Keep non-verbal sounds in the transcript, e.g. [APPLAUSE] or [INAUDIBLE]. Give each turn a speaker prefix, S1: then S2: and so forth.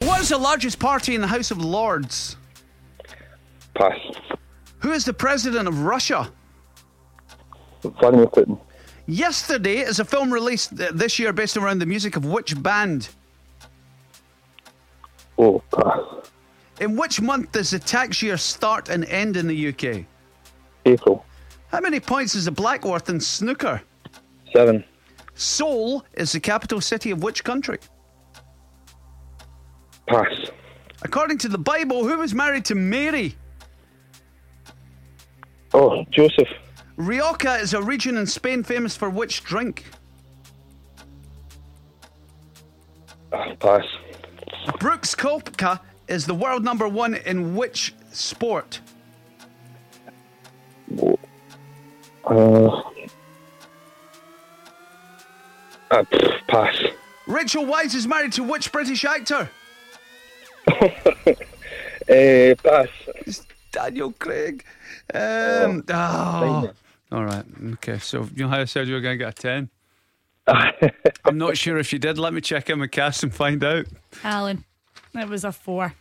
S1: the largest party in the House of Lords?
S2: Pass.
S1: Who is the president of Russia?
S2: Vladimir Putin.
S1: Yesterday is a film released th- this year based around the music of which band?
S2: Oh, pass.
S1: In which month does the tax year start and end in the UK?
S2: April.
S1: How many points is the Blackworth in snooker?
S2: Seven.
S1: Seoul is the capital city of which country?
S2: Pass.
S1: According to the Bible, who was married to Mary?
S2: Oh, Joseph.
S1: Rioja is a region in Spain famous for which drink?
S2: Ah, Pass.
S1: Brooks Koepka is the world number one in which sport?
S2: Uh, ah, pff, pass.
S1: Rachel Wise is married to which British actor?
S2: Uh, pass. [LAUGHS]
S1: It's Daniel Craig. Um, oh.
S2: fine.
S1: All right. Okay. So you know how I said you were going to get a ten.
S2: Ah,
S1: I'm not sure if you did. Let me check in with Cass and find out.
S3: Alan, it was a four.